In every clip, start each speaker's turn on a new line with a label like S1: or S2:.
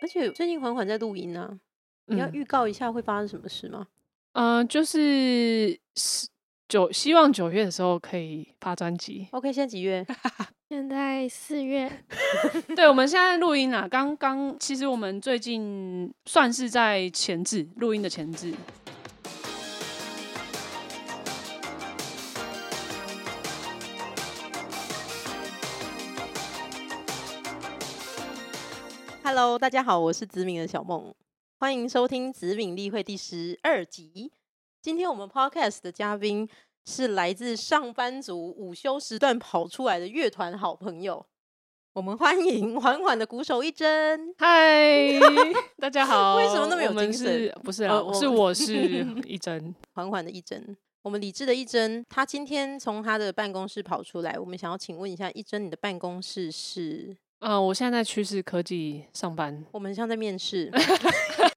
S1: 而且最近缓缓在录音啊，你要
S2: 嗯
S1: 预告一下会发生什么事吗？。
S2: 嗯、就是十九，希望九月的时候可以发专辑
S1: OK，现在几月？
S3: 现在 四月，
S2: 对，我们现在录音啊，刚刚其实我们最近算是在前置录音的前置。
S1: Hello，大家好，我是子敏的小梦，欢迎收听子敏例会第十二集。今天我们 Podcast 的嘉宾是来自上班族午休时段跑出来的乐团好朋友，我们欢迎缓缓的鼓手一真。
S2: 嗨， 大家好。
S1: 为什么那么有
S2: 我们
S1: 精神
S2: 是？不是啊，
S1: 呃
S2: 是
S1: 我
S2: 我是一真。
S1: 缓缓的一真。我们理智的一真，他今天从他的办公室跑出来。我们想要请问一下，一真，你的办公室是？
S2: 嗯、我现在在趋势科技上班。
S1: 我们像在面试。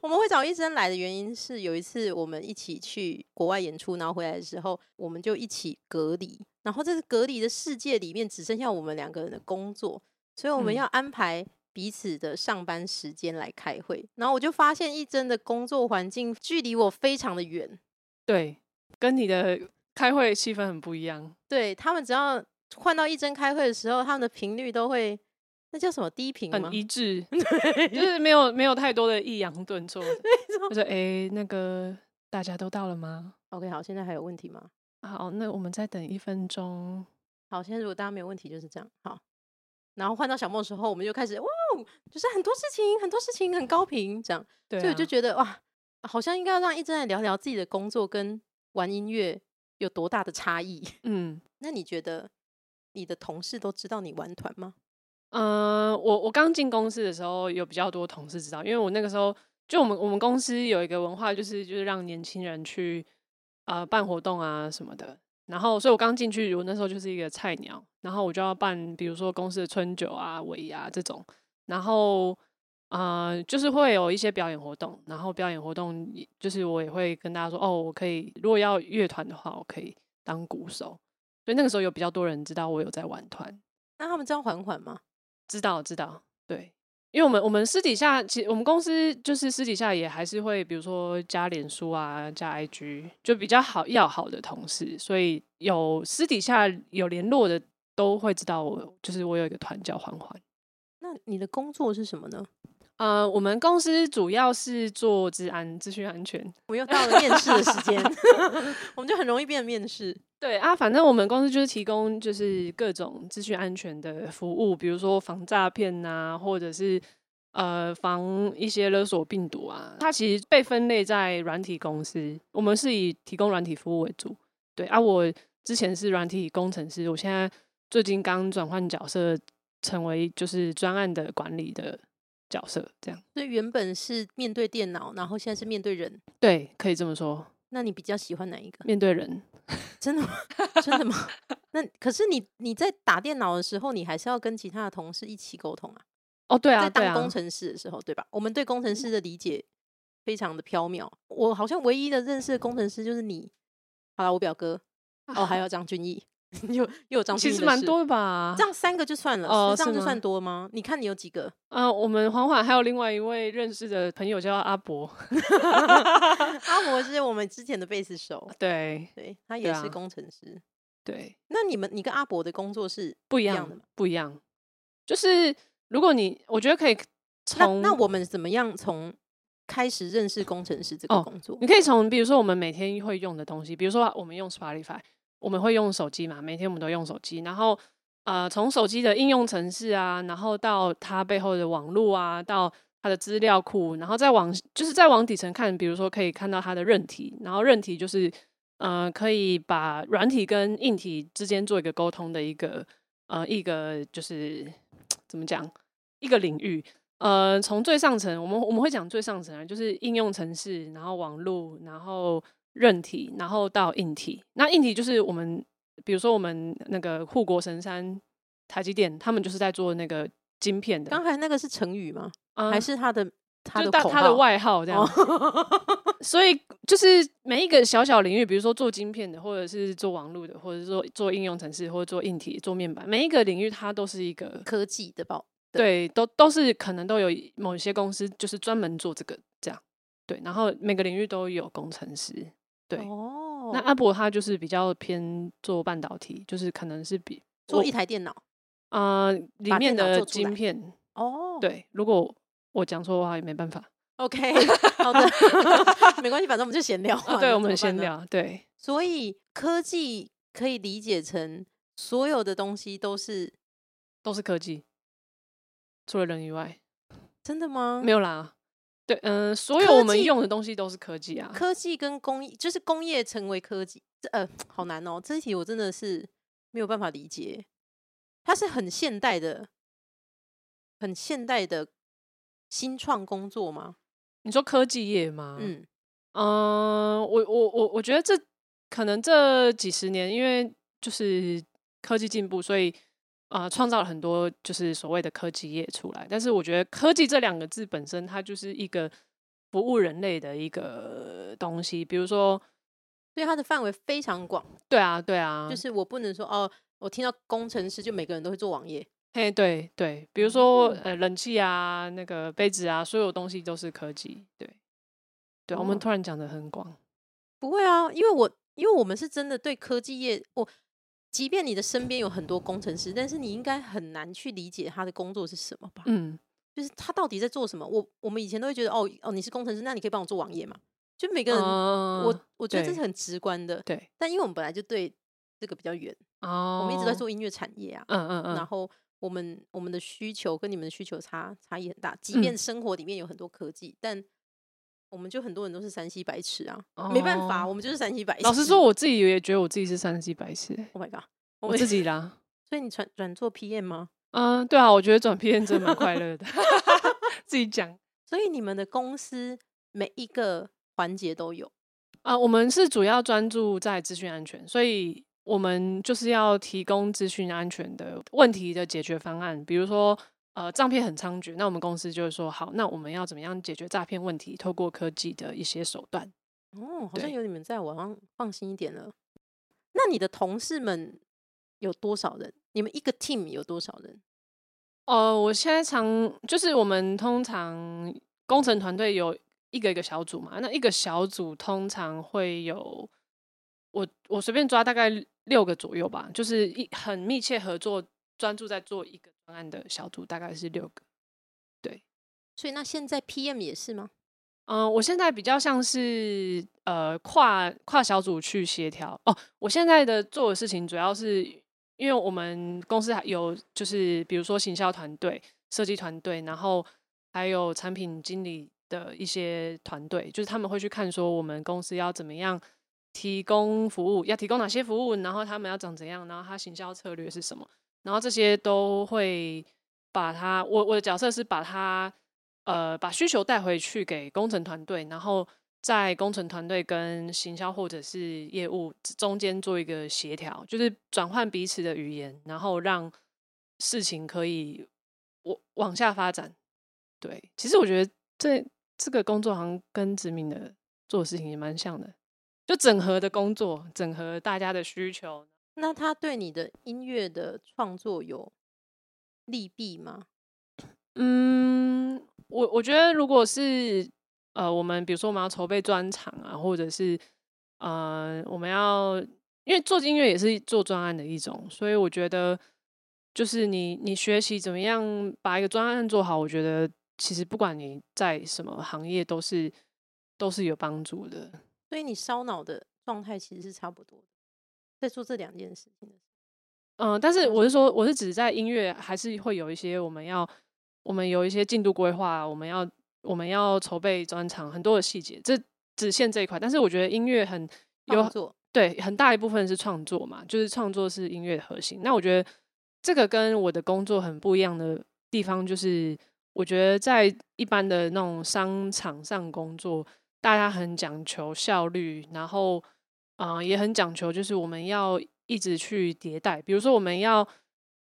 S1: 我们会找一真来的原因是，有一次我们一起去国外演出，然后回来的时候，我们就一起隔离。然后这个隔离的世界里面，只剩下我们两个人的工作，所以我们
S2: 嗯
S1: 要安排彼此的上班时间来开会。然后我就发现一真的工作环境距离我非常的远，
S2: 对，跟你的开会气氛很不一样。
S1: 对他们只要换到一真开会的时候，他们的频率都会，那叫什么低频吗
S2: 很？一致，就是没有没有太多的抑扬顿挫。就是哎、诶那个大家都到了吗？
S1: OK，好，现在还有问题吗？
S2: 好，那我们再等一分钟。
S1: 好，现在如果大家没有问题，就是这样。好，然后换到小梦的时候，我们就开始哇哦，就是很多事情，很多事情很高频这样，
S2: 对、啊，
S1: 所以我就觉得哇，好像应该要让一真来聊聊自己的工作跟玩音乐有多大的差异。
S2: 嗯
S1: 那你觉得你的同事都知道你玩团吗？
S2: 呃，我我刚进公司的时候有比较多同事知道，因为我那个时候就我们我们公司有一个文化，就是就是让年轻人去呃办活动啊什么的。然后，所以我刚进去，我那时候就是一个菜鸟，然后我就要办，比如说公司的春酒啊、尾牙这种，然后呃，就是会有一些表演活动，然后表演活动也就是我也会跟大家说，哦，我可以，如果要乐团的话，我可以当鼓手，所以那个时候有比较多人知道我有在玩团，
S1: 那他们知道缓缓吗？
S2: 知道知道，对，因为我们我们私底下，其实我们公司就是私底下也还是会，比如说加脸书啊，加 IG，就比较好要好的同事，所以有私底下有联络的都会知道我，就是我有一个团叫环环。
S1: 那你的工作是什么呢？
S2: 呃，我们公司主要是做治安、资讯安全。
S1: 我们又到了面试的时 间，我们就很容易变成面试。
S2: 对啊，反正我们公司就是提供就是各种资讯安全的服务，比如说防诈骗呐，或者是呃防一些勒索病毒啊。它其实被分类在软体公司，我们是以提供软体服务为主。对啊，我之前是软体工程师，我现在最近刚转换角色，成为就是专案的管理的角色，这样
S1: 所以原本是面对电脑，然后现在是面对人。
S2: 对，可以这么说，
S1: 那你比较喜欢哪一个？
S2: 面对人。
S1: 真的吗？真的吗？那可是你你在打电脑的时候，你还是要跟其他的同事一起沟通啊。
S2: 哦，对啊，
S1: 在
S2: 对
S1: 当
S2: 啊，嗯
S1: 工程师的时候，对吧？我们对工程师的理解非常的缥缈。我好像唯一的认识的工程师就是你。好了，我表 哥，哦，还有张俊义， 又又有张俊
S2: 其
S1: 义，
S2: 实蛮。多的吧。
S1: 这样三个就算了，
S2: 哦
S1: 是这样
S2: 是
S1: 就算
S2: 吗
S1: 多吗？你看你有几个？
S2: 啊，我们缓缓还有另外一位认识的朋友叫 阿伯，
S1: 阿伯是我们之前的贝斯 手，
S2: 对
S1: 对他
S2: 对
S1: 也是
S2: 啊
S1: 工程师。
S2: 对，
S1: 那你们，你跟阿伯的工作是
S2: 不一
S1: 样
S2: 样
S1: 的嘛，
S2: 不一样。就是如果你，我觉得可以
S1: 那
S2: 从
S1: 那我们怎么样从开始认识工程师这个
S2: 哦
S1: 工作？
S2: 你可以从比如说我们每天会用的东西，比如说我们用 Spotify，我们会用手机嘛，每天我们都用手机，然后呃，从手机的应用程式啊，然后到它背后的网络啊，到它的资料库，然后再往就是再往底层看，比如说可以看到它的韧体，然后韧体就是呃，可以把软体跟硬体之间做一个沟通的一个呃一个就是怎么讲一个领域，呃，从最上层，我们我们会讲最上层啊，就是应用程式，然后网络，然后韧体，然后到硬体。那硬体就是我们，比如说我们那个护国神山、台积电，他们就是在做那个晶片的，
S1: 刚才那个是成语吗？
S2: 呃
S1: 还是他的他
S2: 就
S1: 的
S2: 大
S1: 口
S2: 他的
S1: 号
S2: 外号这样。
S1: 哦
S2: 所以就是每一个小小领域，比如说做晶片的，或者是做网络的，或者是做做应用程式，或者做硬体、做面板，每一个领域它都是一个
S1: 科技的吧？
S2: 对，都都是可能都有某些公司就是专门做这个这样，对，然后每个领域都有工程师。对
S1: 哦，
S2: 那阿伯他就是比较偏做半导体，就是可能是比
S1: 做
S2: 我
S1: 一台电脑
S2: 啊、里
S1: 把
S2: 面
S1: 电脑
S2: 的
S1: 做出来
S2: 晶片，
S1: 哦，
S2: 对，如果我讲错的话也没 办法。
S1: ，OK，好的， 没关系，反正我们就闲聊
S2: 啊、
S1: 嘛哦那
S2: 对，我
S1: 怎么
S2: 们先
S1: 办呢
S2: 聊。对，
S1: 所以科技可以理解成所有的东西都是
S2: 都是科技，除了人以外，
S1: 真的吗？
S2: 没有啦。对，嗯、所有
S1: 嗯科
S2: 我们
S1: 技
S2: 用的东西都是科技啊。
S1: 科技跟工艺，就是工业成为科技，这呃好难哦，这一题我真的是没有办法理解。它是很现代的，很现代的新创工作吗？
S2: 你说科技业吗？嗯，
S1: 嗯，
S2: 呃我我我我觉得这可能这几十年，因为就是科技进步，所以啊，呃创、造了很多就是所谓的科技业出来。但是我觉得“科技”这两个字本身，它就是一个服务人类的一个东西。比如说，
S1: 所以它的范围非常广，
S2: 对啊，对啊，
S1: 就是我不能说哦，我听到工程师就每个人都会做网页，
S2: 嘿，对对，
S1: 嗯
S2: 比如说呃，冷气啊，那个杯子啊，所有东西都是科技。对，对，我们
S1: 哦
S2: 突然讲的很广。
S1: 不会啊，因为我因为我们是真的对科技业，我即便你的身边有很多工程师，但是你应该很难去理解他的工作是什么吧？
S2: 嗯，
S1: 就是他到底在做什么？我我们以前都会觉得哦哦，你是工程师，那你可以帮我做网页嘛？就每个人，
S2: 我
S1: 我我觉得这
S2: 嗯对
S1: 是很直观的。
S2: 呃对
S1: 但因为我们本来就对这个比较远，
S2: 哦，
S1: 我们一直在做音乐产业啊，
S2: 嗯，嗯嗯
S1: 然
S2: 嗯，
S1: 后我们我们的需求跟你们的需求差差异很大。即便
S2: 嗯
S1: 生活里面有很多科技，但我们就很多人都是山西白痴啊，没办法，
S2: 哦
S1: 我们就是山西白痴。
S2: 老实说，我自己也觉得我自己是三 C 白痴欸，
S1: ，Oh my god！我
S2: 我自己啦。
S1: 所以你转转做 PM 吗？
S2: 嗯，对啊，我觉得转 PM 真的蛮快乐的， 自己讲。
S1: 所以你们的公司每一个环节都有
S2: 啊，我们是主要专注在资讯安全，所以我们就是要提供资讯安全的问题的解决方案。比如说，呃，诈骗很猖獗，那我们公司就是说，好，那我们要怎么样解决诈骗问题？透过科技的一些手段。
S1: 哦，好像
S2: 对
S1: 有你们在，我好像放心一点了。那你的同事们有多少人？你们一个 team 有多少人？
S2: 呃，我现在常就是我们通常工程团队有一个一个小组嘛，那一个小组通常会有我我随便抓大概六个左右吧，就是一很密切合作，专注在做一个专案的小组大概是六个。
S1: 所以那现在 PM 也是吗？
S2: 嗯、我现在比较像是呃跨跨小组去协调哦。我现在的做的事情主要是因为我们公司还有就是比如说行销团队、设计团队，然后还有产品经理的一些团队，就是他们会去看说我们公司要怎么样提供服务，要提供哪些服务，然后他们要长怎样，然后他行销策略是什么，然后这些都会把它，我我的角色是把它。呃，把需求带回去给工程团队，然后在工程团队跟行销或者是业务之中间做一个协调，就是转换彼此的语言，然后让事情可以往往下发展。对，其实我觉得这这个工作好像跟殖民的做的事情也蛮像的，就整合的工作，整合大家的需求。
S1: 那他对你的音乐的创作有利弊吗？
S2: 嗯，我我觉得如果是呃，我们比如说我们要筹备专场啊，或者是呃，我们要因为做音乐也是做专案的一种，所以我觉得就是你你学习怎么样把一个专案做好，我觉得其实不管你在什么行业都是都是有帮助的。
S1: 所以你烧脑的状态其实是差不多的，在做这两件事情的时
S2: 嗯、但是
S1: 了
S2: 我是说，我是指在音乐还是会有一些我们要，我们有一些进度规划，我们要我们要筹备专场很多的细节，这只限这一块。但是我觉得音乐很
S1: 候创
S2: 有啊
S1: 作
S2: 对很大一部分是创作嘛，就是创作是音乐的核心。那我觉得这个跟我的工作很不一样的地方，就是我觉得在一般的那种商场上工作，大家很讲求效率，然后啊、呃也很讲求，就是我们要一直去迭代。比如说，我们要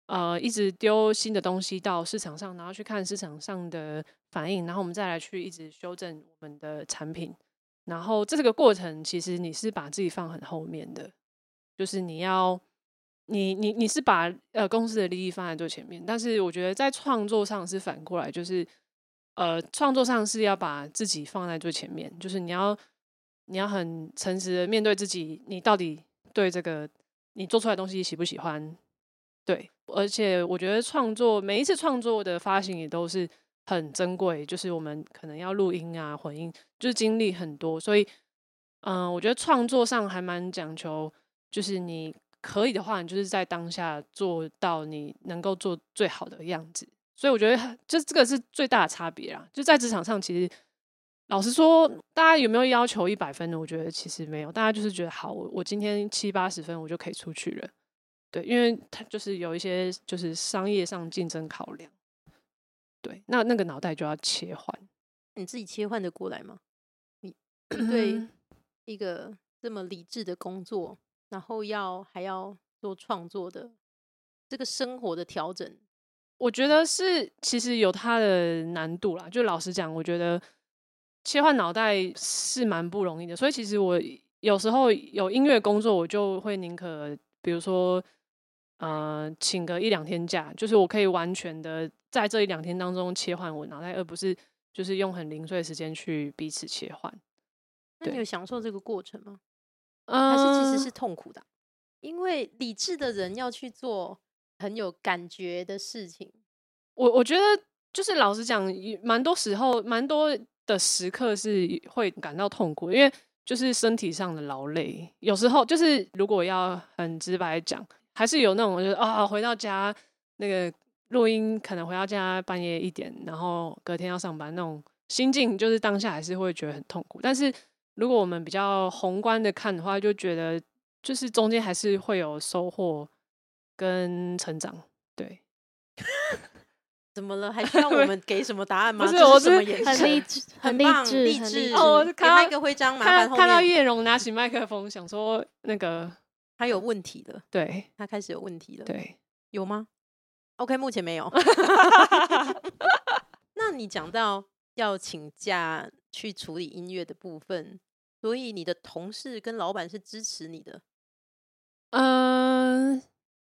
S2: 呃一直丢新的东西到市场上，然后去看市场上的反应，然后我们再来去一直修正我们的产品。然后这个过程，其实你是把自己放很后面的，就是你要你你你是把呃公司的利益放在最前面，但是我觉得在创作上是反过来，就是呃创作上是要把自己放在最前面，就是你要你要很诚实的面对自己，你到底对这个你做出来的东西喜不喜欢？对，而且我觉得创作每一次创作的发行也都是很珍贵，就是我们可能要录音啊、混音，就是经历很多，所以嗯、呃我觉得创作上还蛮讲求，就是你可以的话，你就是在当下做到你能够做最好的样子。所以我觉得这这个是最大的差别啦，就在职场上，其实老实说，大家有没有要求一百分呢？我觉得其实没有，大家就是觉得好，我我今天七八十分我就可以出去了。对，因为它就是有一些就是商业上竞争考量，对，那那个脑袋就要切换。
S1: 你自己切换的过来吗？你对
S2: 嗯
S1: 一个这么理智的工作，然后要还要做创作的这个生活的调整，
S2: 我觉得是其实有它的难度啦。就老实讲，我觉得切换脑袋是蛮不容易的。所以其实我有时候有音乐工作，我就会宁可比如说呃请个一两天假，就是我可以完全的在这一两天当中切换我脑袋，而不是就是用很零碎的时间去彼此切换。
S1: 那你
S2: 对
S1: 有享受这个过程吗？
S2: 嗯
S1: 还是其实是痛苦的啊、因为理智的人要去做很有感觉的事情，
S2: 我我觉得就是老实讲，也蛮多时候蛮多的时刻是会感到痛苦，因为就是身体上的劳累。有时候就是如果要很直白地讲，还是有那种就是啊，回到家那个录音可能回到家半夜一点，然后隔天要上班那种心境，就是当下还是会觉得很痛苦。但是如果我们比较宏观的看的话，就觉得就是中间还是会有收获跟成长，对。
S1: 怎么了？还需 要我们给什么答案吗？
S2: 不是
S1: 这
S2: 我
S1: 什么
S2: 是
S1: 眼
S3: 很
S1: 神
S3: 励志，
S1: 很
S3: 励
S1: 棒
S3: 志，
S1: 励
S3: 很
S1: 志。
S2: 哦我
S1: 给
S2: 看
S1: 他
S2: 到
S1: 一个徽章，麻
S2: 看
S1: 烦
S2: 到
S1: 后
S2: 看到
S1: 面
S2: 叶荣拿起麦克风，想说那个
S1: 他有问题了，
S2: 对
S1: 他开始有问题了，，
S2: 对，
S1: 有吗？OK，目前没 有。那你讲到要请假去处理音乐的部分，所以你的同事跟老板是支持你的，
S2: 嗯、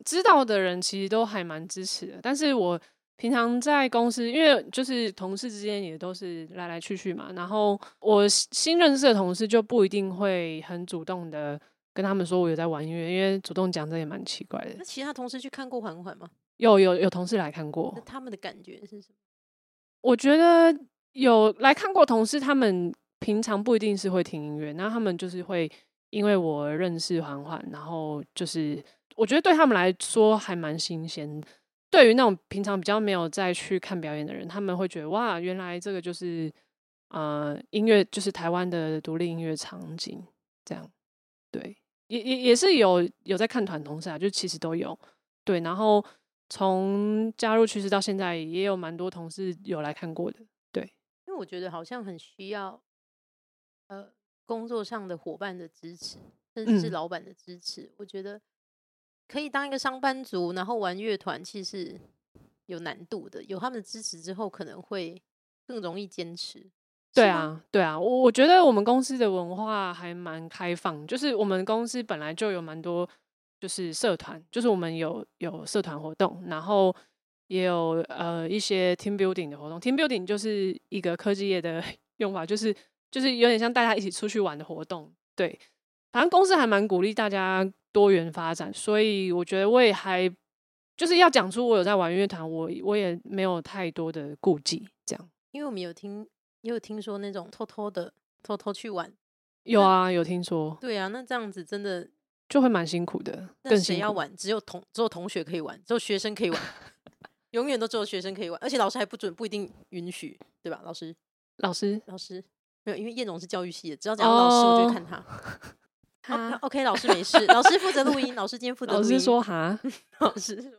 S2: 知道的人其实都还蛮支持的，但是我平常在公司，因为就是同事之间也都是来来去去嘛，然后我新新认识的同事就不一定会很主动的跟他们说我有在玩音乐，因为主动讲这也蛮奇怪的
S1: 那。其他同事去看过缓缓吗？
S2: 有有有同事来看过
S1: 那，他们的感觉是什么？
S2: 我觉得有来看过同事，他们平常不一定是会听音乐，那他们就是会因为我认识环环，然后就是我觉得对他们来说还蛮新鲜。对于那种平常比较没有再去看表演的人，他们会觉得哇，原来这个就是呃音乐，就是台湾的独立音乐场景这样。对，也也也是有有在看团同事啊，就其实都有对，然后从加入趋势到现在，也有蛮多同事有来看过的。
S1: 因为我觉得好像很需要，呃，工作上的伙伴的支持，甚至是
S2: 嗯
S1: 老板的支持。我觉得可以当一个上班族，然后玩乐团，其实是有难度的。有他们的支持之后，可能会更容易坚持。
S2: 对
S1: 是吗，
S2: 啊，对啊，我我觉得我们公司的文化还蛮开放，就是我们公司本来就有蛮多就是社团，就是我们有有社团活动，然后也有呃一些 team building 的活动。team building 就是一个科技业的 用法，就是就是有点像大家一起出去玩的活动。对，反正公司还蛮鼓励大家多元发展，所以我觉得我也还就是要讲出我有在玩乐团，我我也没有太多的顾忌，这样。
S1: 因为我们有听，也有听说那种偷偷的、偷偷去玩。
S2: 有
S1: 那
S2: 啊，有听说。
S1: 对啊，那这样子真的，
S2: 就会蛮辛苦的，
S1: 那
S2: 更
S1: 谁
S2: 辛
S1: 要
S2: 苦。
S1: 玩？只有同只有同学可以玩，只有学生可以玩， 永远都只有学生可以玩，而且老师还不准，不一定允许，对吧？老师。
S2: 老师，
S1: 老师没有，因为叶总是教育系的，只要讲到老师，我就会
S2: 哦
S1: 看他。
S3: 哈
S1: o k 老师没事，老师负责录音，老师今天负责录
S2: 老
S1: 音。
S2: 师说哈，
S1: 老师说，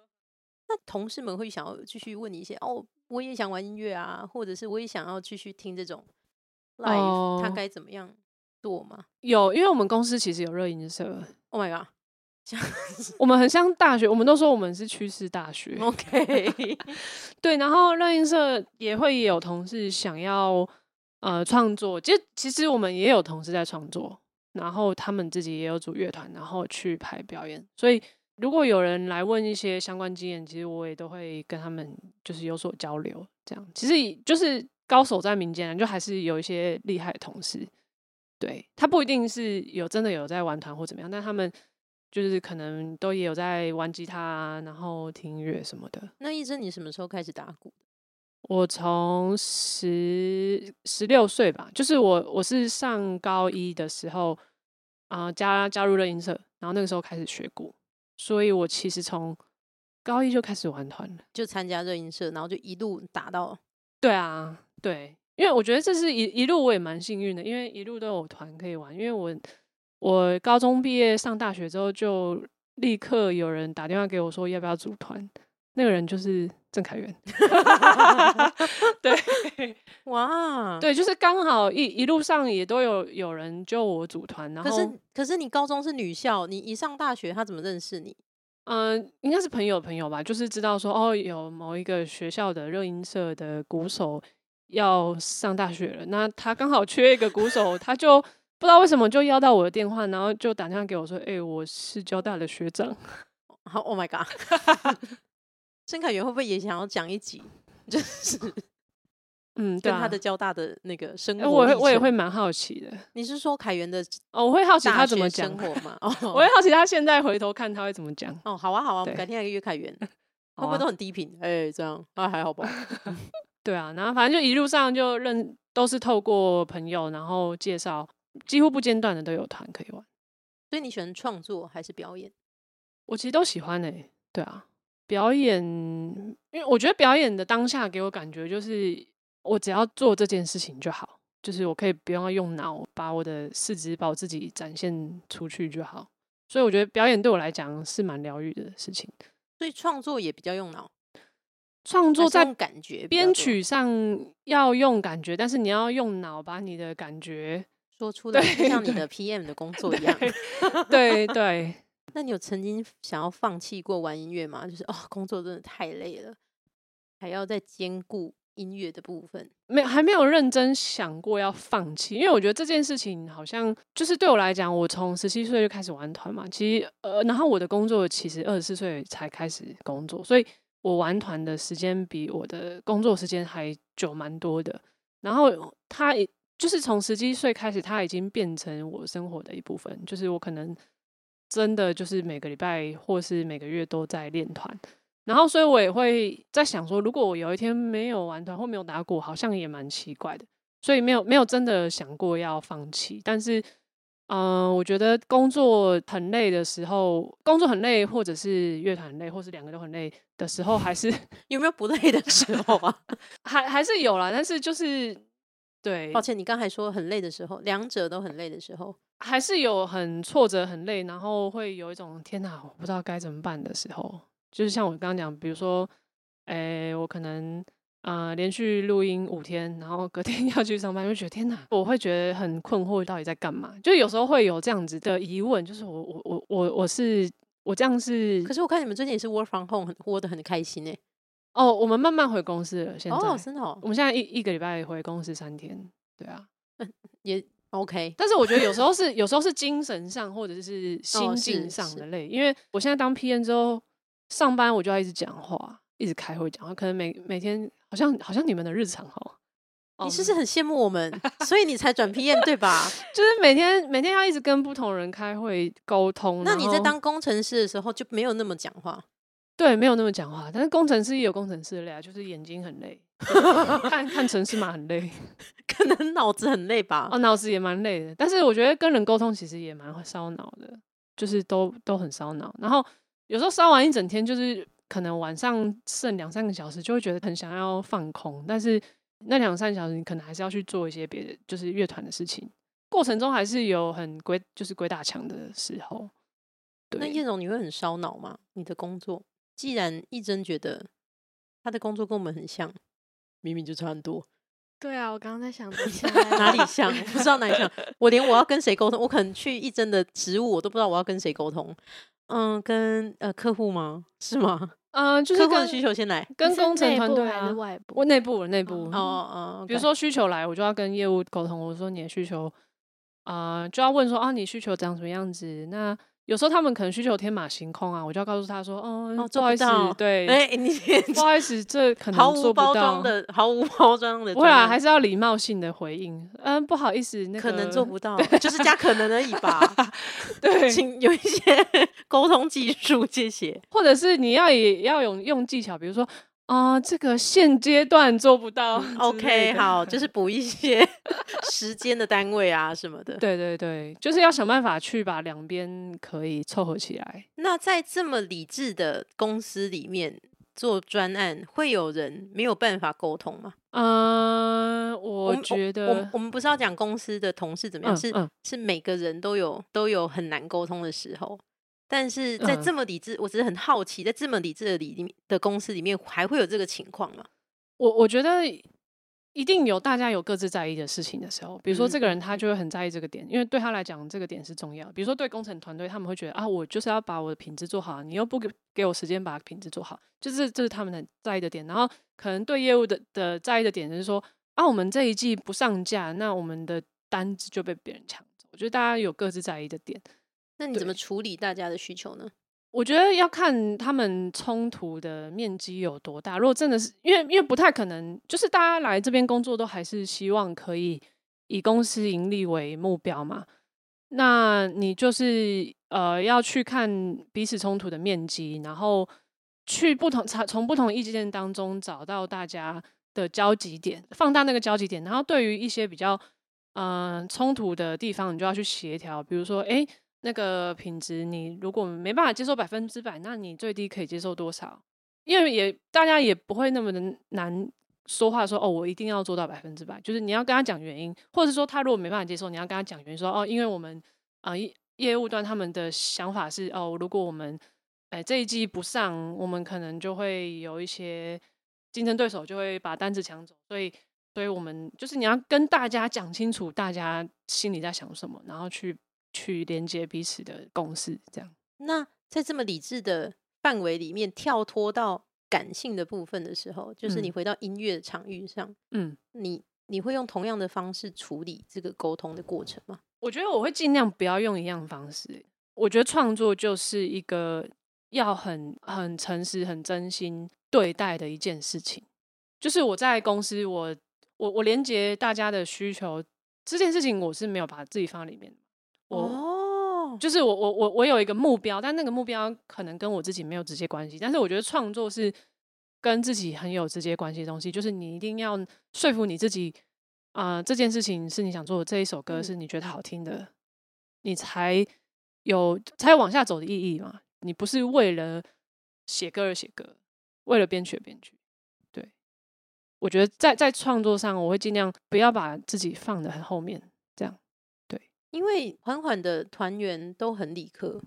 S1: 那同事们会想要继续问你一些哦，我也想玩音乐啊，或者是我也想要继续听这种 live，、他
S2: 哦
S1: 该怎么样做吗
S2: 有，因为我们公司其实有热音社，
S1: ？Oh my god！
S2: 我们很像大学，我们都说我们是趋势大学。
S1: OK，
S2: 对，然后热音社也会有同事想要呃创作，其实其实我们也有同事在创作，然后他们自己也有组乐团，然后去排表演，所以如果有人来问一些相关经验，其实我也都会跟他们就是有所交流。这样其实就是高手在民间啊，就还是有一些厉害的同事，对他不一定是有真的有在玩团或怎么样，但他们就是可能都也有在玩吉他啊，然后听音乐什么的。
S1: 那一真，你什么时候开始打鼓？
S2: 我从十十六岁吧，就是我我是上高一的时候啊、加加入了音社，然后那个时候开始学鼓，所以我其实从高一就开始玩团了。
S1: 就参加热音社，然后就一路打到
S2: 对啊，对，因为我觉得这是一一路我也蛮幸运的，因为一路都有团可以玩。因为我我高中毕业上大学之后，就立刻有人打电话给我说要不要组团，那个人就是郑凯源。对
S1: 哇，。
S2: 对，就是刚好一一路上也都有有人就我组团，然
S1: 可
S2: 后
S1: 是可是你高中是女校，你一上大学，他怎么认识你？
S2: 嗯、呃应该是朋友朋友吧，就是知道说哦，有某一个学校的热音社的鼓手要上大学了，那他刚好缺一个鼓手，他 就不知道为什么就要到我的电话，然后就打电话给我说，哎、我是交大的学长，
S1: 好，Oh my god！郑凯源会不会也想要讲一集，就是
S2: 嗯，哦
S1: 跟
S2: 对啊
S1: 他的交大的那个生
S2: 哎、
S1: 活、
S2: 我会我也会。蛮好奇的
S1: 你是说凯源的
S2: 哦，我会好奇
S1: 大
S2: 他怎
S1: 学
S2: 么讲
S1: 生，活吗？ 哦，
S2: 我会好奇他现在回头看他会怎么讲，
S1: 哦，好啊，好啊，我们
S2: 对
S1: 改天来约凯源，会
S2: 好
S1: 不会
S2: 啊
S1: 都很低频？哎、这样啊，还好 吧？
S2: 对啊，然后反正就一路上就认都是透过朋友，然后介绍，几乎不间断的都有团可以玩。
S1: 所以你喜欢创作还是表演？
S2: 我其实都喜欢诶、对啊，表演，因为我觉得表演的当下给我感觉就是，我只要做这件事情就好，就是我可以不用用脑，把我的四肢把我自己展现出去就好。所以我觉得表演对我来讲是蛮疗愈的事情。
S1: 所以创作也比较用脑，
S2: 创
S1: 还
S2: 作
S1: 是
S2: 在
S1: 用感觉比较
S2: 编
S1: 多
S2: 曲上要用感觉，但是你要用脑把你的 感觉，
S1: 说出来，就
S2: 对
S1: 像你
S2: 对
S1: 的 PM 的工作一样。
S2: 对对，
S1: 那你有曾经想要放弃过玩音乐吗？就是哦，工作真的太累了，还要再兼顾音乐的部分。
S2: 没有还没有认真想过要放弃，因为我觉得这件事情好像就是对我来讲，我从十七岁就开始玩团嘛，其实呃，然后我的工作其实二十四岁才开始工作，所以我玩团的时间比我的工作时间还久蛮多的。然后它也就是从十七岁开始，它已经变成我生活的一部分，就是我可能真的就是每个礼拜或是每个月都在练团。然后，所以我也会在想说，如果我有一天没有玩团或没有打鼓，好像也蛮奇怪的。所以没有没有真的想过要放弃，但是，嗯、我觉得工作很累的时候，工作很累，或者是乐团很累，或是两个都很累的时候，还是
S1: 有没有不累的时候啊？
S2: 还还是有啦。但是就是 对
S1: 抱，歉，你刚才说很累的时候，两者都很累的时候，
S2: 还是有很挫折、很累，然后会有一种天哪，我不知道该怎么办的时候。就是像我刚刚讲，比如说，诶、我可能呃连续录音五天，然后隔天 要去上班，就觉得天哪，我会觉得很困惑，到底在干嘛？就有时候会有这样子的疑问，就是我我我我我是我这样是
S1: 可是我看你们最近也是 work from home，很活得很开心哎、
S2: 哦，我们慢慢回公司了，现在、
S1: 哦，真的哦
S2: 我，们现在一一个礼拜回公司三天，对啊。
S1: 也 OK。
S2: 但是我觉得有时候是有时候是精神上或者是心境
S1: 哦是
S2: 上
S1: 是
S2: 的累，因为我现在当 P N 之后，上班我就要一直讲话，一直开会讲话，可能每每天好像好像你们的日常哦，哦
S1: 你是不是很羡慕我 们，所以你才转 PM 对 吧？
S2: 就是每天每天要一直跟不同人开会沟通？
S1: 那
S2: 然
S1: 你在
S2: 后
S1: 当工程师的时候就没有那么讲话，
S2: 对没有那么讲话，但是工程师也有工程师的累啊，就是眼睛 很累，看看城市嘛很累，
S1: 可能脑子很累吧？
S2: 哦脑子也蛮累的，但是我觉得跟人沟通其实也蛮烧脑的，就是都都很烧脑，然后。有时候烧完一整天，就是可能晚上剩两三个小时，就会觉得很想要放空，但是那两三个小时你可能还是要去做一些别的，就是乐团的事情。过程中还是有很鬼，就是鬼打墙的时候。
S1: 那
S2: 对
S1: 叶，总，你会很烧脑吗？你的工作，既然一真觉得他的工作跟我们很像，明明就差很多，
S3: 对啊，我刚刚 在想等一下
S1: 哪 里像？我不知道哪里像。我连我要跟谁沟通，我可能去一真的职务，我都不知道我要跟谁沟通。嗯，跟呃客户吗？是吗？
S2: 嗯、就是
S1: 客户的需
S2: 跟
S1: 求先来。
S2: 跟
S3: 你是
S2: 工程
S3: 内
S2: 团
S3: 部
S2: 队
S3: 还
S2: 啊
S3: 是，外部？
S2: 我内部我内部
S1: 哦
S3: 嗯
S1: 哦，
S2: 比如
S1: OK
S2: 说需求来，我就要跟业务沟通，我说你的需求，啊，就要问说啊，你需求长什么样子？那有时候他们可能需求天马行空啊，我就要告诉他说，嗯，
S1: 哦
S2: 不
S1: 做
S2: 好
S1: 不
S2: 意思
S1: 到，
S2: 对，
S1: 哎、你
S2: 不好意思，这可能
S1: 毫无
S2: 做不
S1: 包
S2: 到
S1: 装。的，毫无包装的专
S2: 不会
S1: 案，
S2: 啊，还是要礼貌性的回应。嗯，不好意思，那个
S1: 可能做不 到，就是加可能而已吧。
S2: 对，
S1: 请有一些沟通技术，谢谢。
S2: 或者是你要也要有用技巧，比如说啊、这个现阶段做不到。 之类
S1: 嗯 OK，
S2: 的，
S1: 好，就是补一些 时间的单位啊什么的。
S2: 对对对，就是要想办法去把两边可以凑合起来。
S1: 那在这么理智的公司里面做专案，会有人没有办法沟通吗？
S2: 嗯、我
S1: 们
S2: 觉
S1: 我们
S2: 得
S1: 我们不是要讲公司的同事怎么样，
S2: 嗯
S1: 是、
S2: 嗯
S1: 是每个人都有都有很难沟通的时候。但是在
S2: 嗯
S1: 这么理智，我只是很好奇，在这么理智的里面的公司里面，还会有这个情况吗？
S2: 我我觉得一定有大家有各自在意的事情的时候，比如说
S1: 嗯
S2: 这个人他就会很在意这个点，因为对他来讲这个点是重要的。比如说对工程团队，他们会觉得啊，我就是要把我的品质做好，你又不给给我时间把品质做好，就是这是他们很在意的点。然后可能对业务的的在意的点就是说啊，我们这一季不上架，那我们的单子就被别人抢走。我觉得大家有各自在意的点。
S1: 那你怎
S2: 对
S1: 么处理大家的需求呢？
S2: 我觉得要看他们冲突的面积有多大。如果真的是因为因为不太可能，就是大家来这边工作都还是希望可以以公司盈利为目标嘛。那你就是呃要去看彼此冲突的面积，然后去不同从从不同意见当中找到大家的交集点，放大那个交集点，然后对于一些比较嗯冲突的地方，你就要去协调，比如说诶。那个品质，你如果没办法接受百分之百，那你最低可以接受多少？因为也大家也不会那么的难说话说哦，我一定要做到百分之百。就是你要跟他讲原因，或者是说他如果没办法接受，你要跟他讲原因说哦，因为我们啊、呃业业务端他们的想法是哦，如果我们哎这一季不上，我们可能就会有一些竞争对手就会把单子抢走，所以。所以我们就是你要跟大家讲清楚，大家心里在想什么，然后去去连接彼此的共识，这样。
S1: 那在这么理智的范围里面，跳脱到感性的部分的时候，就是你
S2: 嗯
S1: 回到音乐场域上，
S2: 嗯，
S1: 你你会用同样的方式处理这个沟通的过程吗？
S2: 我觉得我会尽量不要用一样方式。欸我觉得创作就是一个要很很诚实、很真心对待的一件事情。就是我在公司，我我我连接大家的需求这件事情，我是没有把自己放在里面的。我、
S1: 哦，
S2: 就是我我我我有一个目标，但那个目标可能跟我自己没有直接关系。但是我觉得创作是跟自己很有直接关系的东西，就是你一定要说服你自己，啊、这件事情是你想做的，这一首歌
S1: 嗯
S2: 是你觉得好听的，你才有才有往下走的意义嘛。你不是为了写歌而写歌，为了编曲而编曲。对，我觉得在在创作上，我会尽量不要把自己放的很后面。
S1: 因为缓缓的团员都很理科，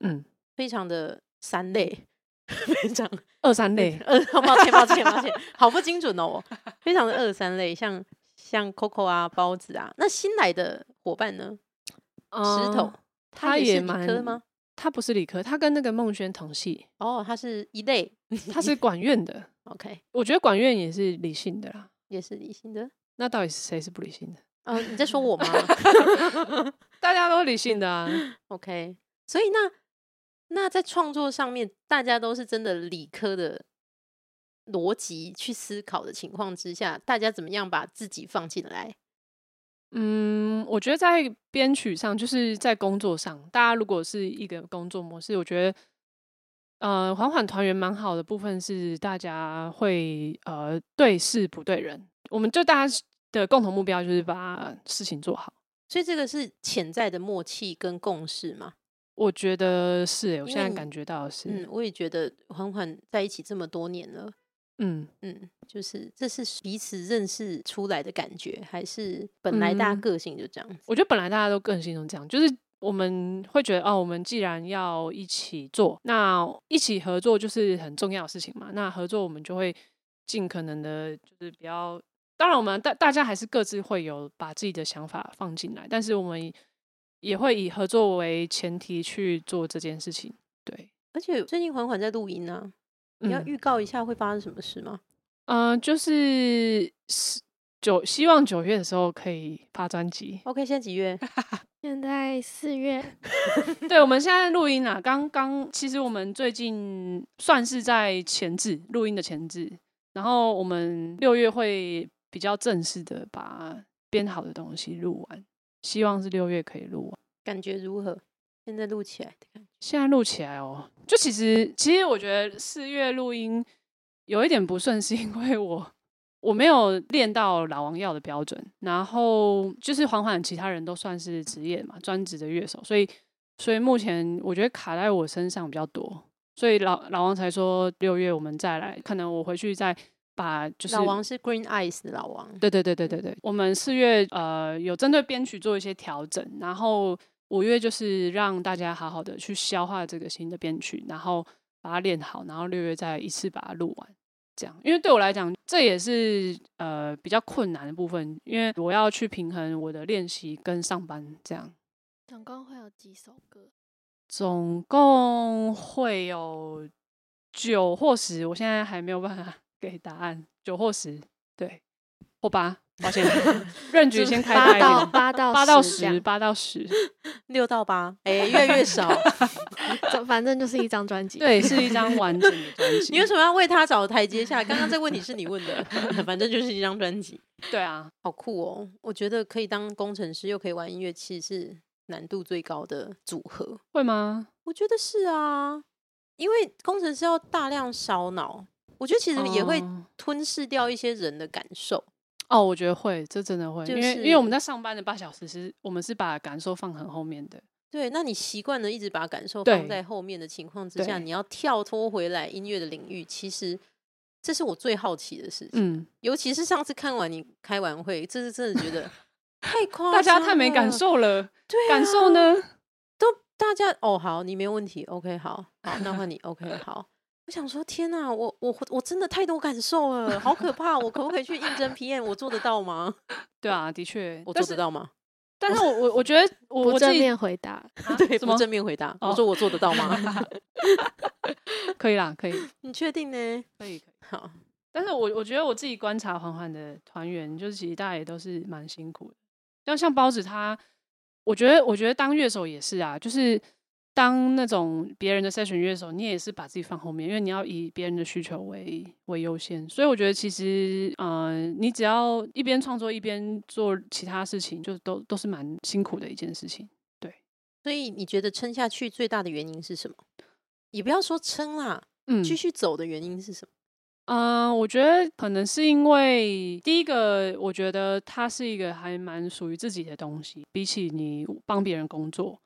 S2: 嗯，
S1: 非常的三类， 非常
S2: 二三类。
S1: 呃，抱歉抱歉抱歉，好不精准哦，我非常的二三类，像像 Coco 啊、包子啊，那新来的伙伴呢？ 石头
S2: 嗯，
S1: 他
S2: 他
S1: 也
S2: 也
S1: 是理科
S2: 蛮
S1: 吗？
S2: 他不是理科，他跟那个孟轩同系，
S1: 哦，他是一类
S2: 他是管院的。
S1: ，OK，
S2: 我觉得管院也是理性的啦。
S1: 也是理性的。
S2: 那到底是谁是不理性的？
S1: 嗯、你在说我吗
S2: 大家都理性 的啊。
S1: ？OK，所以那那在创作上面，大家都是真的理科的逻辑去思考的情况之下，大家怎么样把自己放进来？
S2: 嗯，我觉得在编曲上，就是在工作上，大家如果是一个工作模式，我觉得，呃，缓缓团圆蛮好的部分是大家会呃对事不对人，我们就大家的共同目标就是把事情做好。
S1: 所以这个是潜在的默契跟共识嘛？
S2: 我觉得是、欸，我
S1: 因
S2: 现
S1: 为
S2: 在
S1: 你
S2: 感觉到的是，
S1: 嗯，我也觉得缓缓在一起这么多年了，
S2: 嗯
S1: 嗯，就是这是彼此认识出来的感觉，还是本来大家
S2: 嗯
S1: 个性就这样子？
S2: 我觉得本来大家都更心中这样，就是我们会觉得哦，我们既然要一起做，那一起合作就是很重要的事情嘛。那合作我们就会尽可能的，就是比较，当然我们大大家还是各自会有把自己的想法放进来，但是我们也会以合作为前提去做这件事情。对，
S1: 而且最近缓缓在录音啊，你要
S2: 嗯
S1: 预告一下会发生什么事吗？。
S2: 嗯、呃就是是九希望九月的时候可以发专辑
S1: OK，现在几月？
S3: 现在四月，
S2: 对，我们现在录音啊，刚刚其实我们最近算是在前置录音的前置，然后我们六月会比较正式的把编好的东西录完，希望是六月可以录完。
S1: 感觉如何？现在录起来的感觉
S2: 现在录起来哦，就其实其实我觉得四月录音有一点不顺，是因为我我没有练到老王要的标准，然后就是缓缓其他人都算是职业嘛，专职的乐手，所以所以目前我觉得卡在我身上比较多，所以老老王才说六月我们再来，可能我回去再把就是
S1: 老王是 Green Eyes 的老王，
S2: 对对对对对对，我们四月呃有针对编曲做一些调整，然后五月就是让大家好好的去消化这个新的编曲，然后把它练好，然后六月再一次把它录完。这样，因为对我来讲，这也是呃比较困难的部分，因为我要去平衡我的练习跟上班，这样
S3: 总共会有几首歌？
S2: 总共会有九或十，我现在还没有办法 给答案，九或十，对，或八，抱歉，任局先开大
S3: 八
S2: 一
S3: 到
S2: 点，
S3: 八到
S2: 八到
S3: 这
S2: 十，
S3: 样，
S2: 八到十，
S1: 六到八，哎，越来越 少。
S3: 这反正就是一张专 辑。
S2: 对，是一张完整的专辑。
S1: 你为什么要为他找台阶下？刚刚这问题是你问的， 反正就是一张专辑，
S2: 对啊，
S1: 好酷哦！我觉得可以当工程师又可以玩音乐器是难度最高的组合。
S2: 会吗？
S1: 我觉得是啊，因为工程师要大量烧脑，我觉得其实也会
S2: 嗯
S1: 吞噬掉一些人的感受。
S2: 哦，我觉得会，这真的会，
S1: 就
S2: 因为
S1: 是
S2: 因为我们在上班的八小时是，我们是把感受放很后面的。
S1: 对，那你习惯了一直把感受
S2: 对
S1: 放在后面的情况之下，
S2: 对
S1: 你要跳脱回来音乐的领域，其实这是我最好奇的事情。
S2: 嗯，
S1: 尤其是上次看完你开完会，这是真的觉 得太夸张，
S2: 大家太没感，受了，
S1: 哦对、啊
S2: 感受？呢？
S1: 大家哦，好，你没有问题，OK，好，好，那 换你，OK，好。我想说，天呐，我我我真的太多感受了，好可怕！我可不可以去应征 PM？我做得到吗？
S2: 对啊，的确，
S1: 我
S2: 但
S1: 做
S2: 是
S1: 得到 吗？
S2: 但是我我我觉得我
S3: 不
S2: 我自
S3: 正
S2: 己
S3: 面回答，
S2: 啊
S1: 对，
S2: 什
S1: 不
S2: 么
S1: 正面回答。
S2: 哦
S1: 我说我做得到 吗？
S2: 可以啦，可以，
S1: 你确定呢？
S2: 可以，可以。
S1: 好，
S2: 但是我我觉得我自己观察缓缓的团员，就是其实大家也都是蛮辛苦的。像像包子他，我觉得我觉得当乐手也是啊，就是当那种别人的筛选乐手，你也是把自己放后面，因为你要以别人的需求为为优先。所以我觉得其实，呃，你只要一边创作一边做其他事情，就都都是蛮辛苦的一件事情。
S1: 所以你觉得撑下去最大的原因是什么？也不要说撑啦，
S2: 嗯，
S1: 继续走的原因是什么？
S2: 嗯、我觉得可能是因为第一个，我觉得它是一个还蛮属于自己的东西，比起你帮别人工作，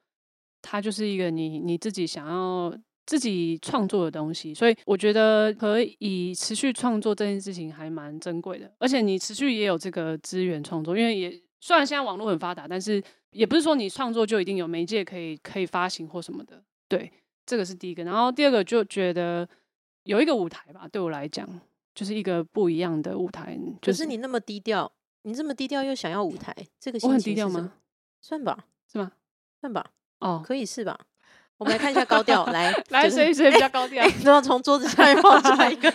S2: 它就是一个你你自己想要自己创作的东西，所以我觉得可以持续创作这件事情还蛮珍贵的，而且你持续也有这个资源创作，因为也虽然现在网络很发达，但是也不是说你创作就一定有媒介可以可以发行或什么的，对，这个是第一个，然后第二个就觉得有一个舞台吧，对我来讲就是一个不一样的舞台，
S1: 可
S2: 就
S1: 是你那么低调，你这么低调又想要舞台，这个
S2: 我
S1: 心
S2: 很
S1: 情
S2: 低调
S1: 是什
S2: 吗
S1: 么？？算吧，
S2: 是吗？
S1: 算吧，
S2: 哦，
S1: 可以是吧？我们来看一下高调，来
S2: 来
S1: 就是
S2: 谁谁比较高 调
S1: 哎？都要从桌子下面冒出 来一 个，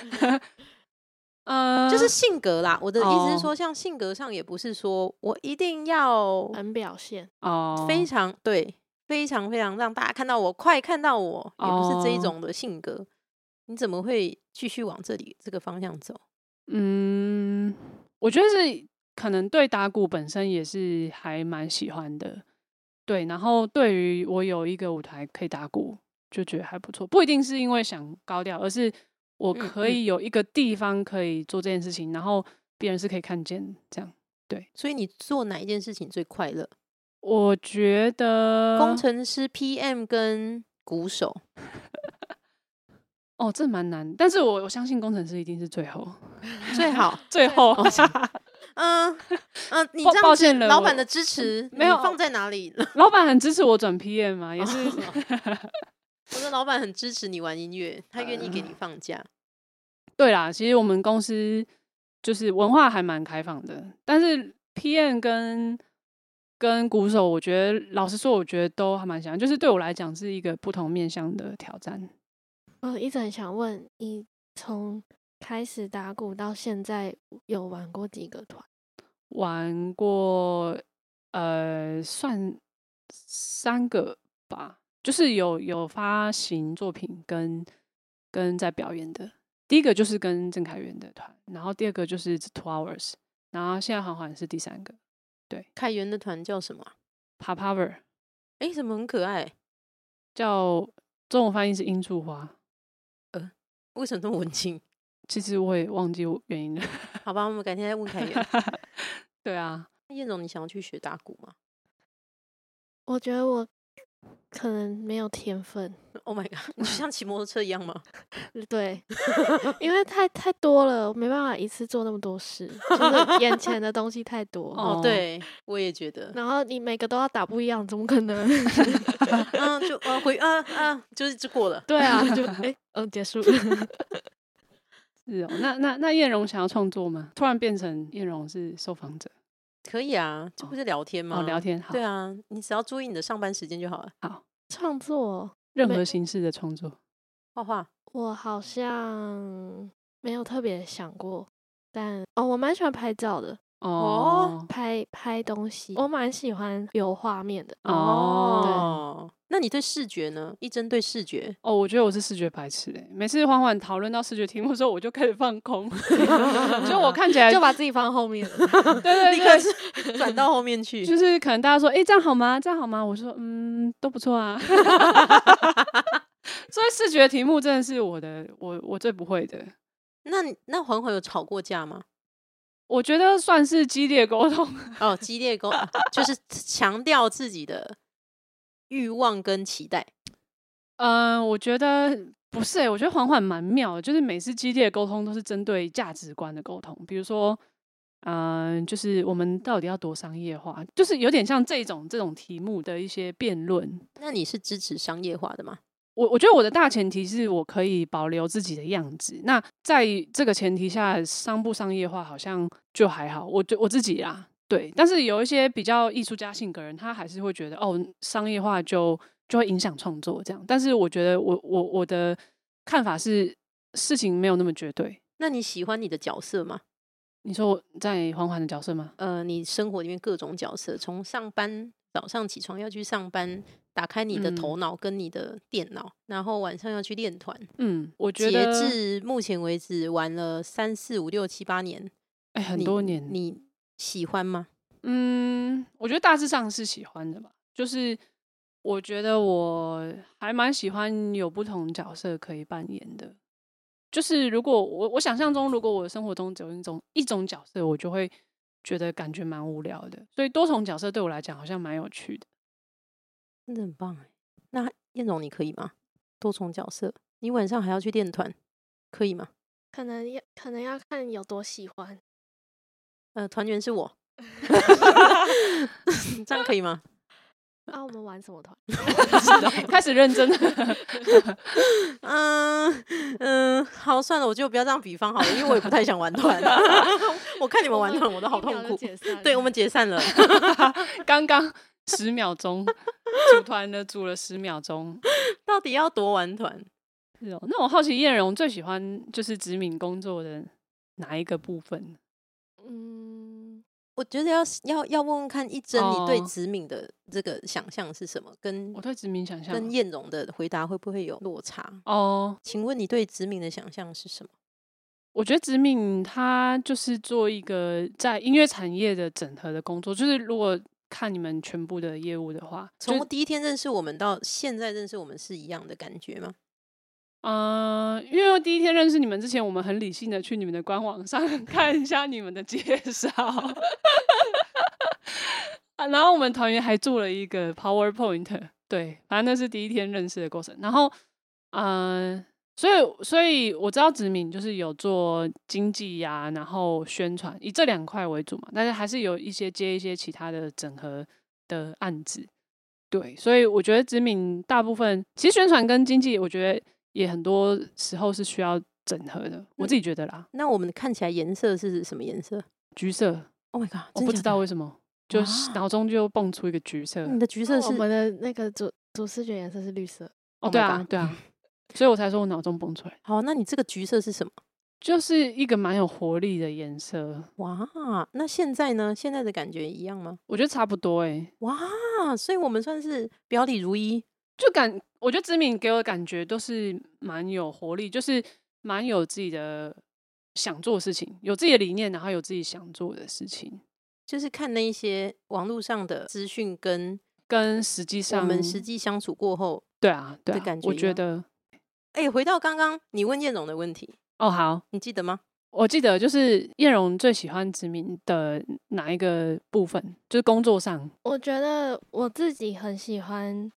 S2: 嗯，
S1: 就是性格啦。我的意思
S2: 哦
S1: 是说，像性格上也不是说我一定要
S3: 很表现。
S2: 嗯哦，
S1: 非常对，非常非常让大家看到我，快看到我，也不是这一
S2: 哦
S1: 种的性格。你怎么会继续往这里这个方向走？
S2: 嗯，我觉得是可能对打鼓本身也是还蛮喜欢的，对。然后对于我有一个舞台可以打鼓，就觉得还不错。不一定是因为想高调，而是我
S1: 嗯
S2: 可
S1: 嗯
S2: 以有一个地方可以做这件事情，然后别人是可以看见这样。
S1: 所以你做哪一件事情最快乐？
S2: 我觉得
S1: 工程师、PM 跟鼓手，
S2: 哦，这蛮难，但是我我相信工程师一定是最后，
S1: 最 好。
S2: 最后
S1: 嗯嗯，你
S2: 抱
S1: 这
S2: 抱
S1: 样
S2: 歉
S1: 子，
S2: 了
S1: 老
S2: 我嗯
S1: 板的支持
S2: 没有
S1: 你放在哪里？
S2: 老板很支持我转 PM 嘛，也 是
S1: 我的老板很支持你玩音乐，他愿意给
S2: 嗯
S1: 你放假。
S2: 对啦，其实我们公司就是文化还蛮开放的，但是 PM 跟跟鼓手，我觉得老实说，我觉得都还蛮像，就是对我来讲是一个不同面向的挑战。
S3: 我一直很想问你，从开始打鼓到现在有玩过几个团？
S2: 玩过，呃，算三个吧，就是有有发行作品跟跟在表演的。第一个就是跟郑凯源的团，然后第二个就是 Two Hours，然后现在好像是第三个
S1: 凯源的团叫什么啊？
S2: p a p a v e r
S1: 哎，什么很可爱？
S2: 叫中文翻译是罂粟花。
S1: 为什么这么文青？
S2: 其实我也忘记我原因了。
S1: 好吧，我们改天再问凯源。
S2: 对啊，
S1: 燕总，你想要去学打鼓吗
S3: 我觉得我可能没有天分，
S1: ？Oh my god，你就像骑摩托车一样吗？
S3: 对， 因为太太多了，我没办法一次做那么多事，就是眼前的东西太多。
S1: 哦，
S2: 哦
S1: 对，我也觉得。
S3: 然后你每个都要打不一样，怎么可能？
S1: 嗯，就啊回啊啊，就是就过了。
S3: 对啊， 就哎、嗯，结束。
S2: 是哦。那那那燕荣想要创作吗？突然变成燕荣是受访者，
S1: 可以啊，这不是聊天吗？
S2: 哦，聊。天好
S1: 对，啊，你只要注意你的上班时间就好了。
S3: 创作，
S2: 任
S3: 没
S2: 何形式的创作。
S1: 画画，
S3: 我好像没有特别想过，但哦，我蛮喜欢拍照的，
S2: 哦
S3: 拍拍东西，我蛮喜欢有画面的。
S2: 哦
S1: 哦，那你对视觉呢？一针对视觉，
S2: 哦，我觉得我是视觉白痴哎。每次缓缓讨论到视觉题目的时候，我就开始放空， 就我看起
S1: 呃
S2: 来
S3: 就把自己放后面 了，
S2: 对对
S1: 立刻
S2: 对，
S1: 是 转到后面去。
S2: 就是可能大家说，哎、这样好吗？这样好吗？我说，嗯，都不错啊。 所以视觉题目真的是我的，我我最不会的。
S1: 那你那黄黄有吵过架吗？
S2: 我觉得算是激烈沟通，
S1: 哦，激烈沟 就是强调自己的欲望跟期待。
S2: 嗯、我觉得不是、欸，我觉得缓缓蛮妙的，就是每次激烈沟通都是针对价值观的沟通，比如说，嗯、就是我们到底要多商业化，就是有点像这种这种题目的一些辩论。
S1: 那你是支持商业化的吗？
S2: 我我觉得我的大前提是我可以保留自己的样子。那在这个前提下，商不商业化好像就还好。我就我自己啊，对。但是有一些比较艺术家性格人，他还是会觉得哦，商业化就就会影响创作这样。但是我觉得我我我的看法是，事情没有那么绝对。
S1: 那你喜欢你的角色吗？
S2: 你说我在缓缓的角色吗？
S1: 呃，你生活里面各种角色，从上班早上起床要去上班，打开你的头脑跟你的电脑，然后晚上要去练团。
S2: 嗯，我觉
S1: 截
S2: 得
S1: 至目前为止，玩了三四五六七八年，
S2: 哎、很
S1: 你
S2: 多年
S1: 你喜欢吗？
S2: 嗯，我觉得大致上是喜欢的吧。就是我觉得我还蛮喜欢有不同角色可以扮演的。就是如果我我想象中，如果我生活中只有一种一种角色，我就会觉得感觉蛮无聊的。所以多重角色对我来讲好像蛮有趣的。
S1: 真的很棒哎。那燕总，你可以吗？多重角色，你晚上还要去练团，可以吗？
S3: 可能要可能要看有多喜欢。
S1: 呃，团员是我，这样可以吗？
S3: 那、啊我们玩什么团？
S2: 开始认真了，
S1: 嗯嗯，好，算了，我就不要这样比方好了，因为我也不太想玩团。 我看你们玩团，我都好
S3: 一秒
S1: 痛
S3: 就
S1: 苦。
S3: 解散
S1: 对，
S3: 了
S1: 我们解散了。
S2: 刚刚十秒钟组团的组了十秒钟。
S1: 到底要多玩团？
S2: 是哦，那我好奇燕荣最喜欢就是指敏工作的哪一个部分？
S3: 嗯，
S1: 我觉得要是要要问问看一真，你对
S2: 哦
S1: 子敏的这个想象是什么？跟
S2: 我对殖民想象
S1: 跟燕荣的回答会不会有落差？
S2: 哦，
S1: 请问你对子敏的想象是什么？
S2: 我觉得殖民它就是做一个在音乐产业的整合的工作，就是如果看你们全部的业务的话，就
S1: 从第一天认识我们到现在认识我们是一样的感觉吗？
S2: 嗯、因为第一天认识你们之前，我们很理性的去你们的官网上 看一下你们的介绍。 啊然后我们团员还做了一个 PowerPoint，对，反正那是第一天认识的过程。然后，嗯、所以所以我知道子敏就是有做经济呀、然后宣传，以这两块为主嘛，但是还是有一些接一些其他的整合的案子。对，所以我觉得子敏大部分其实宣传跟经济，我觉得也很多时候是需要整合的。我
S1: 嗯
S2: 自己觉得啦，
S1: 那我们看起来颜色是什么颜色
S2: 橘色
S1: ？Oh my god！
S2: 我
S1: 真
S2: 不
S1: 假
S2: 知
S1: 的嗯
S2: 道为什么，就是
S1: 啊
S2: 脑中就蹦出一个橘色。
S1: 你的橘色
S3: 那我
S1: 是
S3: 们的那个主主视觉颜色是绿色，
S2: 哦，
S1: Oh my
S2: 对啊
S1: God，
S2: 对啊，所以我才说我脑中蹦出来。
S1: 好，那你这个橘色是什么？
S2: 就是一个蛮有活力的颜色，
S1: 哇，那现在呢？现在的感觉一样吗？
S2: 我觉得差不多欸诶、
S1: 哇，所以我们算是表里如一，
S2: 就感我觉得知名给我的感觉都是蛮有活力，就是蛮有自己的想做的事情，有自己的理念，然后有自己想做的事情，
S1: 就是看那一些网络上的资讯跟
S2: 跟实际
S1: 我
S2: 上
S1: 们实际相处过后，
S2: 对啊对
S1: 的
S2: 啊，
S1: 感觉
S2: 我
S1: 一
S2: 觉
S1: 样
S2: 得
S1: 哎、回到刚刚你问燕总的问题，
S2: 哦好，
S1: 你记得吗？
S2: 我记得就是叶荣最喜欢殖民的哪一个部分？就是工作上
S3: 我觉得我自己很喜欢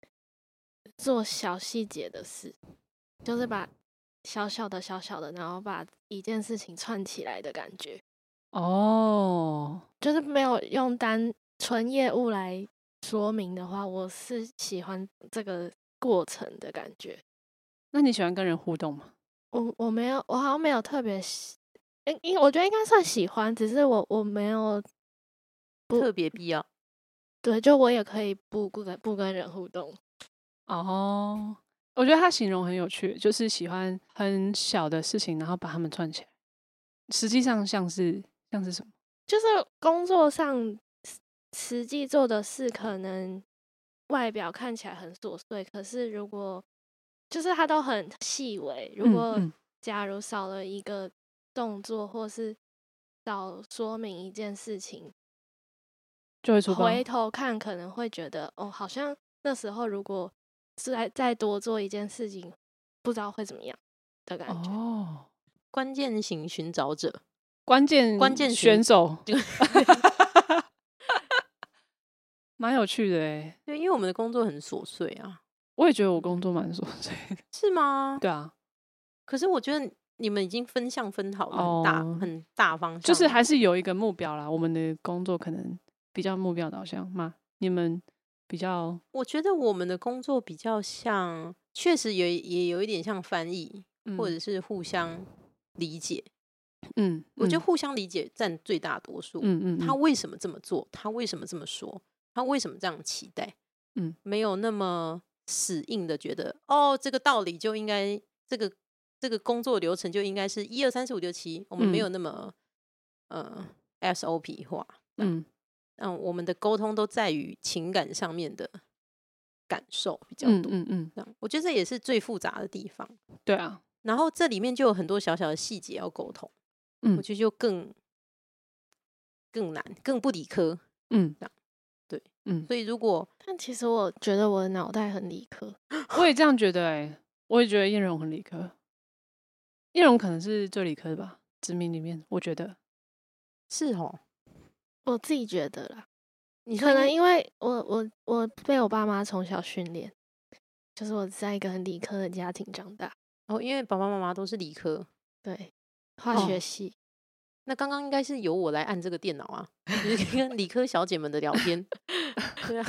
S3: 做小细节的事，就是把小小的、小小的，然后把一件事情串起来的感觉，
S2: 哦，
S3: 就是没有用单纯业务来说明的话，我是喜欢这个过程的感觉。
S2: 那你喜欢跟人互动吗？
S3: 我我没有，我好像没有特别喜，应应我觉得应该算喜欢，只是我我没有不
S1: 特别必要，
S3: 对，就我也可以不不跟不跟人互动。
S2: 哦，我觉得他形容很有趣，就是喜欢很小的事情，然后把它们串起来。实际上像是像是什么？
S3: 就是工作上实实际做的事，可能外表看起来很琐碎，可是如果就是它都很细微，如
S2: 嗯
S3: 果
S2: 嗯
S3: 假如少了一个动作，或是少说明一件事情，
S2: 就会出包。
S3: 回头看可能会觉得哦，好像那时候如果再再多做一件事情，不知道会怎么样的感觉。
S2: 哦，
S1: 关键型寻找者，
S2: 关键
S1: 关键
S2: 选
S1: 型
S2: 手， 蛮有趣的诶。
S1: 对，因为我们的工作很琐碎啊，
S2: 我也觉得我工作蛮琐碎的。
S1: 是吗？
S2: 对啊，
S1: 可是我觉得你们已经分项分好了，很大、
S2: 哦
S1: 很大方向，
S2: 就是还是有一个目标啦。我们的工作可能比较目标导向嘛，你们比较
S1: 我觉得我们的工作比较像，确实也也有一点像翻译，
S2: 嗯
S1: 或者是互相理解。
S2: 嗯，
S1: 我觉得
S2: 得
S1: 互相理解占最大多数。
S2: 嗯嗯，
S1: 他
S2: 嗯
S1: 为什么这么做？他为什么这么说？他为什么这样期待？
S2: 嗯，
S1: 没有那么死硬的觉得哦，这个道理就应该这个这个工作流程就应该是一二三四五六七。我们没
S2: 嗯
S1: 有那么、呃 SOP 化。
S2: 嗯
S1: 嗯，我们的沟通都在于情感上面的感受比较
S2: 嗯
S1: 多。
S2: 嗯嗯，
S1: 这样，我觉得这也是最复杂的地方。
S2: 对啊，
S1: 然后这里面就有很多小小的细节要沟通，
S2: 嗯
S1: 我觉得就更更难，更不理科。
S2: 嗯
S1: 这样对，
S2: 嗯，
S1: 所以如果
S3: 但其实我觉得我的脑袋很理科，
S2: 我也这样觉得哎、我也觉得燕荣很理科，燕荣可能是最理科的吧，殖民里面我觉得，
S1: 是哦，
S3: 我自己觉得啦。
S1: 你说
S3: 可能因为我我我被我爸妈从小训练，就是我在一个很理科的家庭长大，
S1: 哦，因为爸爸妈妈都是理科，
S3: 对，化
S1: 哦
S3: 学系，
S1: 那刚刚应该是由我来按这个电脑啊，就是 跟理科小姐们的聊天。 对啊，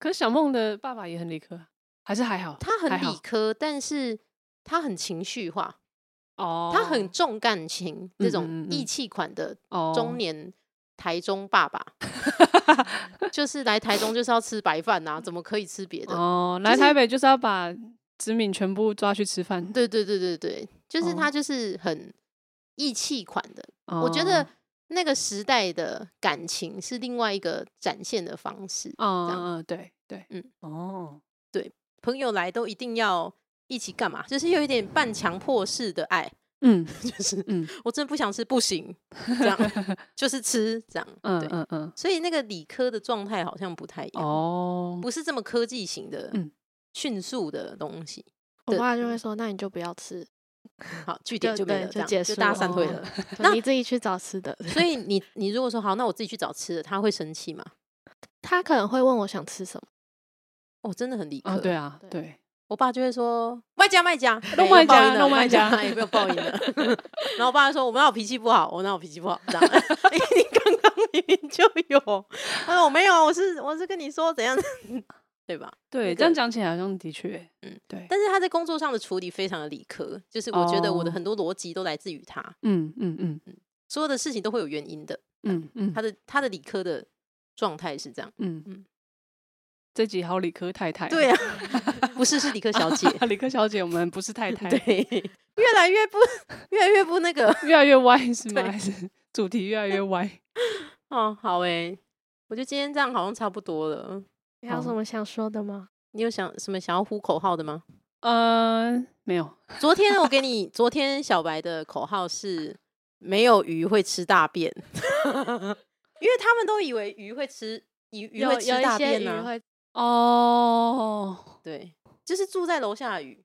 S2: 可是小梦的爸爸也很理科啊，还是还好，
S1: 他
S2: 还
S1: 很
S2: 好
S1: 理科，但是他很情绪化。
S2: 哦，
S1: 他很重感情，这种
S2: 嗯嗯嗯
S1: 义气款的
S2: 哦
S1: 中年台中爸爸， 就是来台中就是要吃白饭呐、怎么可以吃别的？
S2: 哦，来
S1: 是
S2: 台北就是要把殖民全部抓去吃饭，
S1: 对对对对对，就是
S2: 哦
S1: 他就是很义气款的。
S2: 哦，
S1: 我觉得那个时代的感情是另外一个展现的方式。
S2: 嗯
S1: 这样
S2: 嗯嗯对对
S1: 嗯
S2: 哦。
S1: 朋友来都一定要一起干嘛？就是有一点半强迫式的爱，
S2: 嗯
S1: 就是
S2: 嗯
S1: 我真的不想吃，不行，这 样就是吃这样。
S2: 嗯
S1: 对。
S2: 嗯嗯，
S1: 所以那个理科的状态好像不太一样，
S2: 哦，
S1: 不是这么科技型的、
S2: 嗯
S1: 迅速的东西。
S3: 我
S1: 对
S3: 爸就会说：“那你就不要吃，
S1: 好，据点就没
S3: 对
S1: 了，
S3: 就
S1: 这样
S3: 结
S1: 就
S3: 束
S1: 大家
S3: 了
S1: 散会
S3: 哦
S1: 了。那
S3: 对你自己去找吃的。
S1: 所以你你如果说好，那我自己去找吃的，他会生气吗？”
S3: 他可能会问我想 吃什么，
S1: 哦，真的很理科。
S2: 啊，对啊，
S3: 对
S2: 对，
S1: 我爸就会说卖家卖家，
S2: 弄
S1: 哎有
S2: 卖家
S1: 没有报应的
S2: 弄卖家
S1: 有没有报应的？然后我爸就说我哪有脾气不好，我哪有脾气不好？这样，哎你刚刚明明就有。他说我没有啊，我是我是跟你说怎样， 对吧？
S2: 对，
S1: 那
S2: 这样
S1: 个
S2: 讲起来好像的确，
S1: 嗯
S2: 嗯，对，
S1: 但是他在工作上的处理非常的理科，就是我觉得我的
S2: 哦
S1: 很多逻辑都来自于他，
S2: 嗯嗯嗯
S1: 所有的事情都会有原因的。
S2: 嗯嗯
S1: 他的他的理科的状态是这样，
S2: 嗯
S1: 嗯
S2: 嗯，这集好理科太太，
S3: 啊
S1: 对，啊，不是是理科小姐，
S2: 理科小姐，我们不是太太，
S1: 对，越来越不越来越不那个。
S2: 越来越歪 是吗？
S1: 对
S2: 还是主题越来 越歪？
S1: 哦，好诶、我觉得今天这样好像差不多了。
S3: 你还有什
S1: 哦
S2: 好
S3: 么想说的吗？
S1: 你有想什么想要呼口号的吗？
S2: 呃，没有，
S1: 昨天我给你， 昨天小白的口号是没有鱼会吃大便， 因为他们都以为鱼会吃鱼鱼
S3: 有
S1: 会吃
S3: 有一
S1: 大
S3: 些
S1: 便
S3: 鱼
S1: 呢、啊。
S3: 会，
S2: 哦，
S1: 对，就是住在楼下的鱼，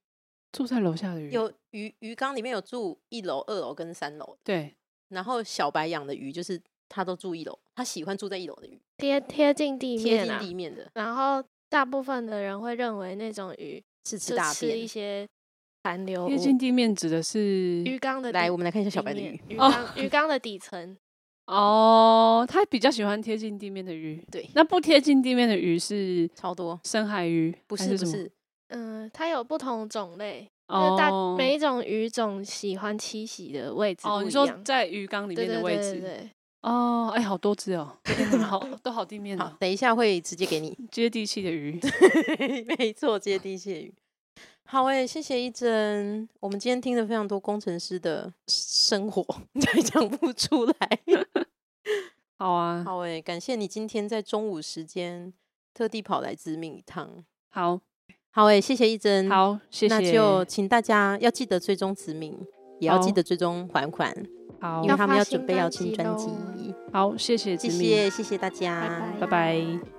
S2: 住在楼下的鱼，
S1: 有鱼鱼缸里面有住一楼、二楼跟三楼，
S2: 对，
S1: 然后小白养的鱼就是他都住一楼，他喜欢住在一楼的鱼，
S3: 贴贴近地
S1: 贴
S3: 面
S1: 近
S3: 啊。
S1: 地面的，
S3: 然后大部分的人会认为那种鱼
S1: 是吃
S3: 就
S1: 大
S3: 吃一
S1: 便。
S3: 些残留
S2: 贴
S3: 物，
S2: 近地面指的是
S3: 鱼缸的
S1: 来，
S3: 底
S1: 我们来看一下小
S3: 里
S1: 白的
S3: 面
S1: 鱼，
S3: 鱼
S2: 哦
S3: 缸鱼缸的底层
S2: 哦，他比较喜欢贴近地面的鱼。
S1: 对
S2: 那不贴近地面的鱼是
S1: 超多，
S2: 深海鱼，
S1: 不
S2: 还
S1: 是不
S2: 什么？
S1: 是，
S3: 嗯，它有不同种类，就是大
S2: 哦，
S3: 每一种鱼种喜欢栖息的位置
S2: 哦，
S3: 不
S2: 你
S3: 一
S2: 说
S3: 样，
S2: 在鱼缸里
S3: 对
S2: 面的位
S3: 对
S2: 置
S3: 对
S1: 啊
S3: 对
S2: 哦，哎，好多只哦，天哪好都好地面
S1: 好
S2: 哦，，
S1: 等一下会直接给你。
S2: 接地气的 鱼。
S1: 没错，接地气的语。好诶、谢谢一真。我们今天听了非常多工程师的生活， 再讲不出来。
S2: 好啊，
S1: 好诶、感谢你今天在中午时间特地跑来致命一趟。
S2: 好
S1: 好诶、谢谢一
S3: 嗯
S1: 真。，
S2: 好，谢
S1: 那
S2: 谢。
S1: 就请大家要记得追踪子敏，也要记
S2: 好
S1: 得追踪款款，
S2: 好
S1: 因为
S3: 要
S1: 他们
S3: 发
S1: 要
S3: 新
S1: 准备要
S3: 专
S1: 新
S3: 辑
S1: 专
S3: 喽
S1: 辑。
S2: 好，谢谢
S1: 谢
S2: 子明，
S1: 谢，谢谢大家，
S2: 拜
S3: 拜
S2: 拜。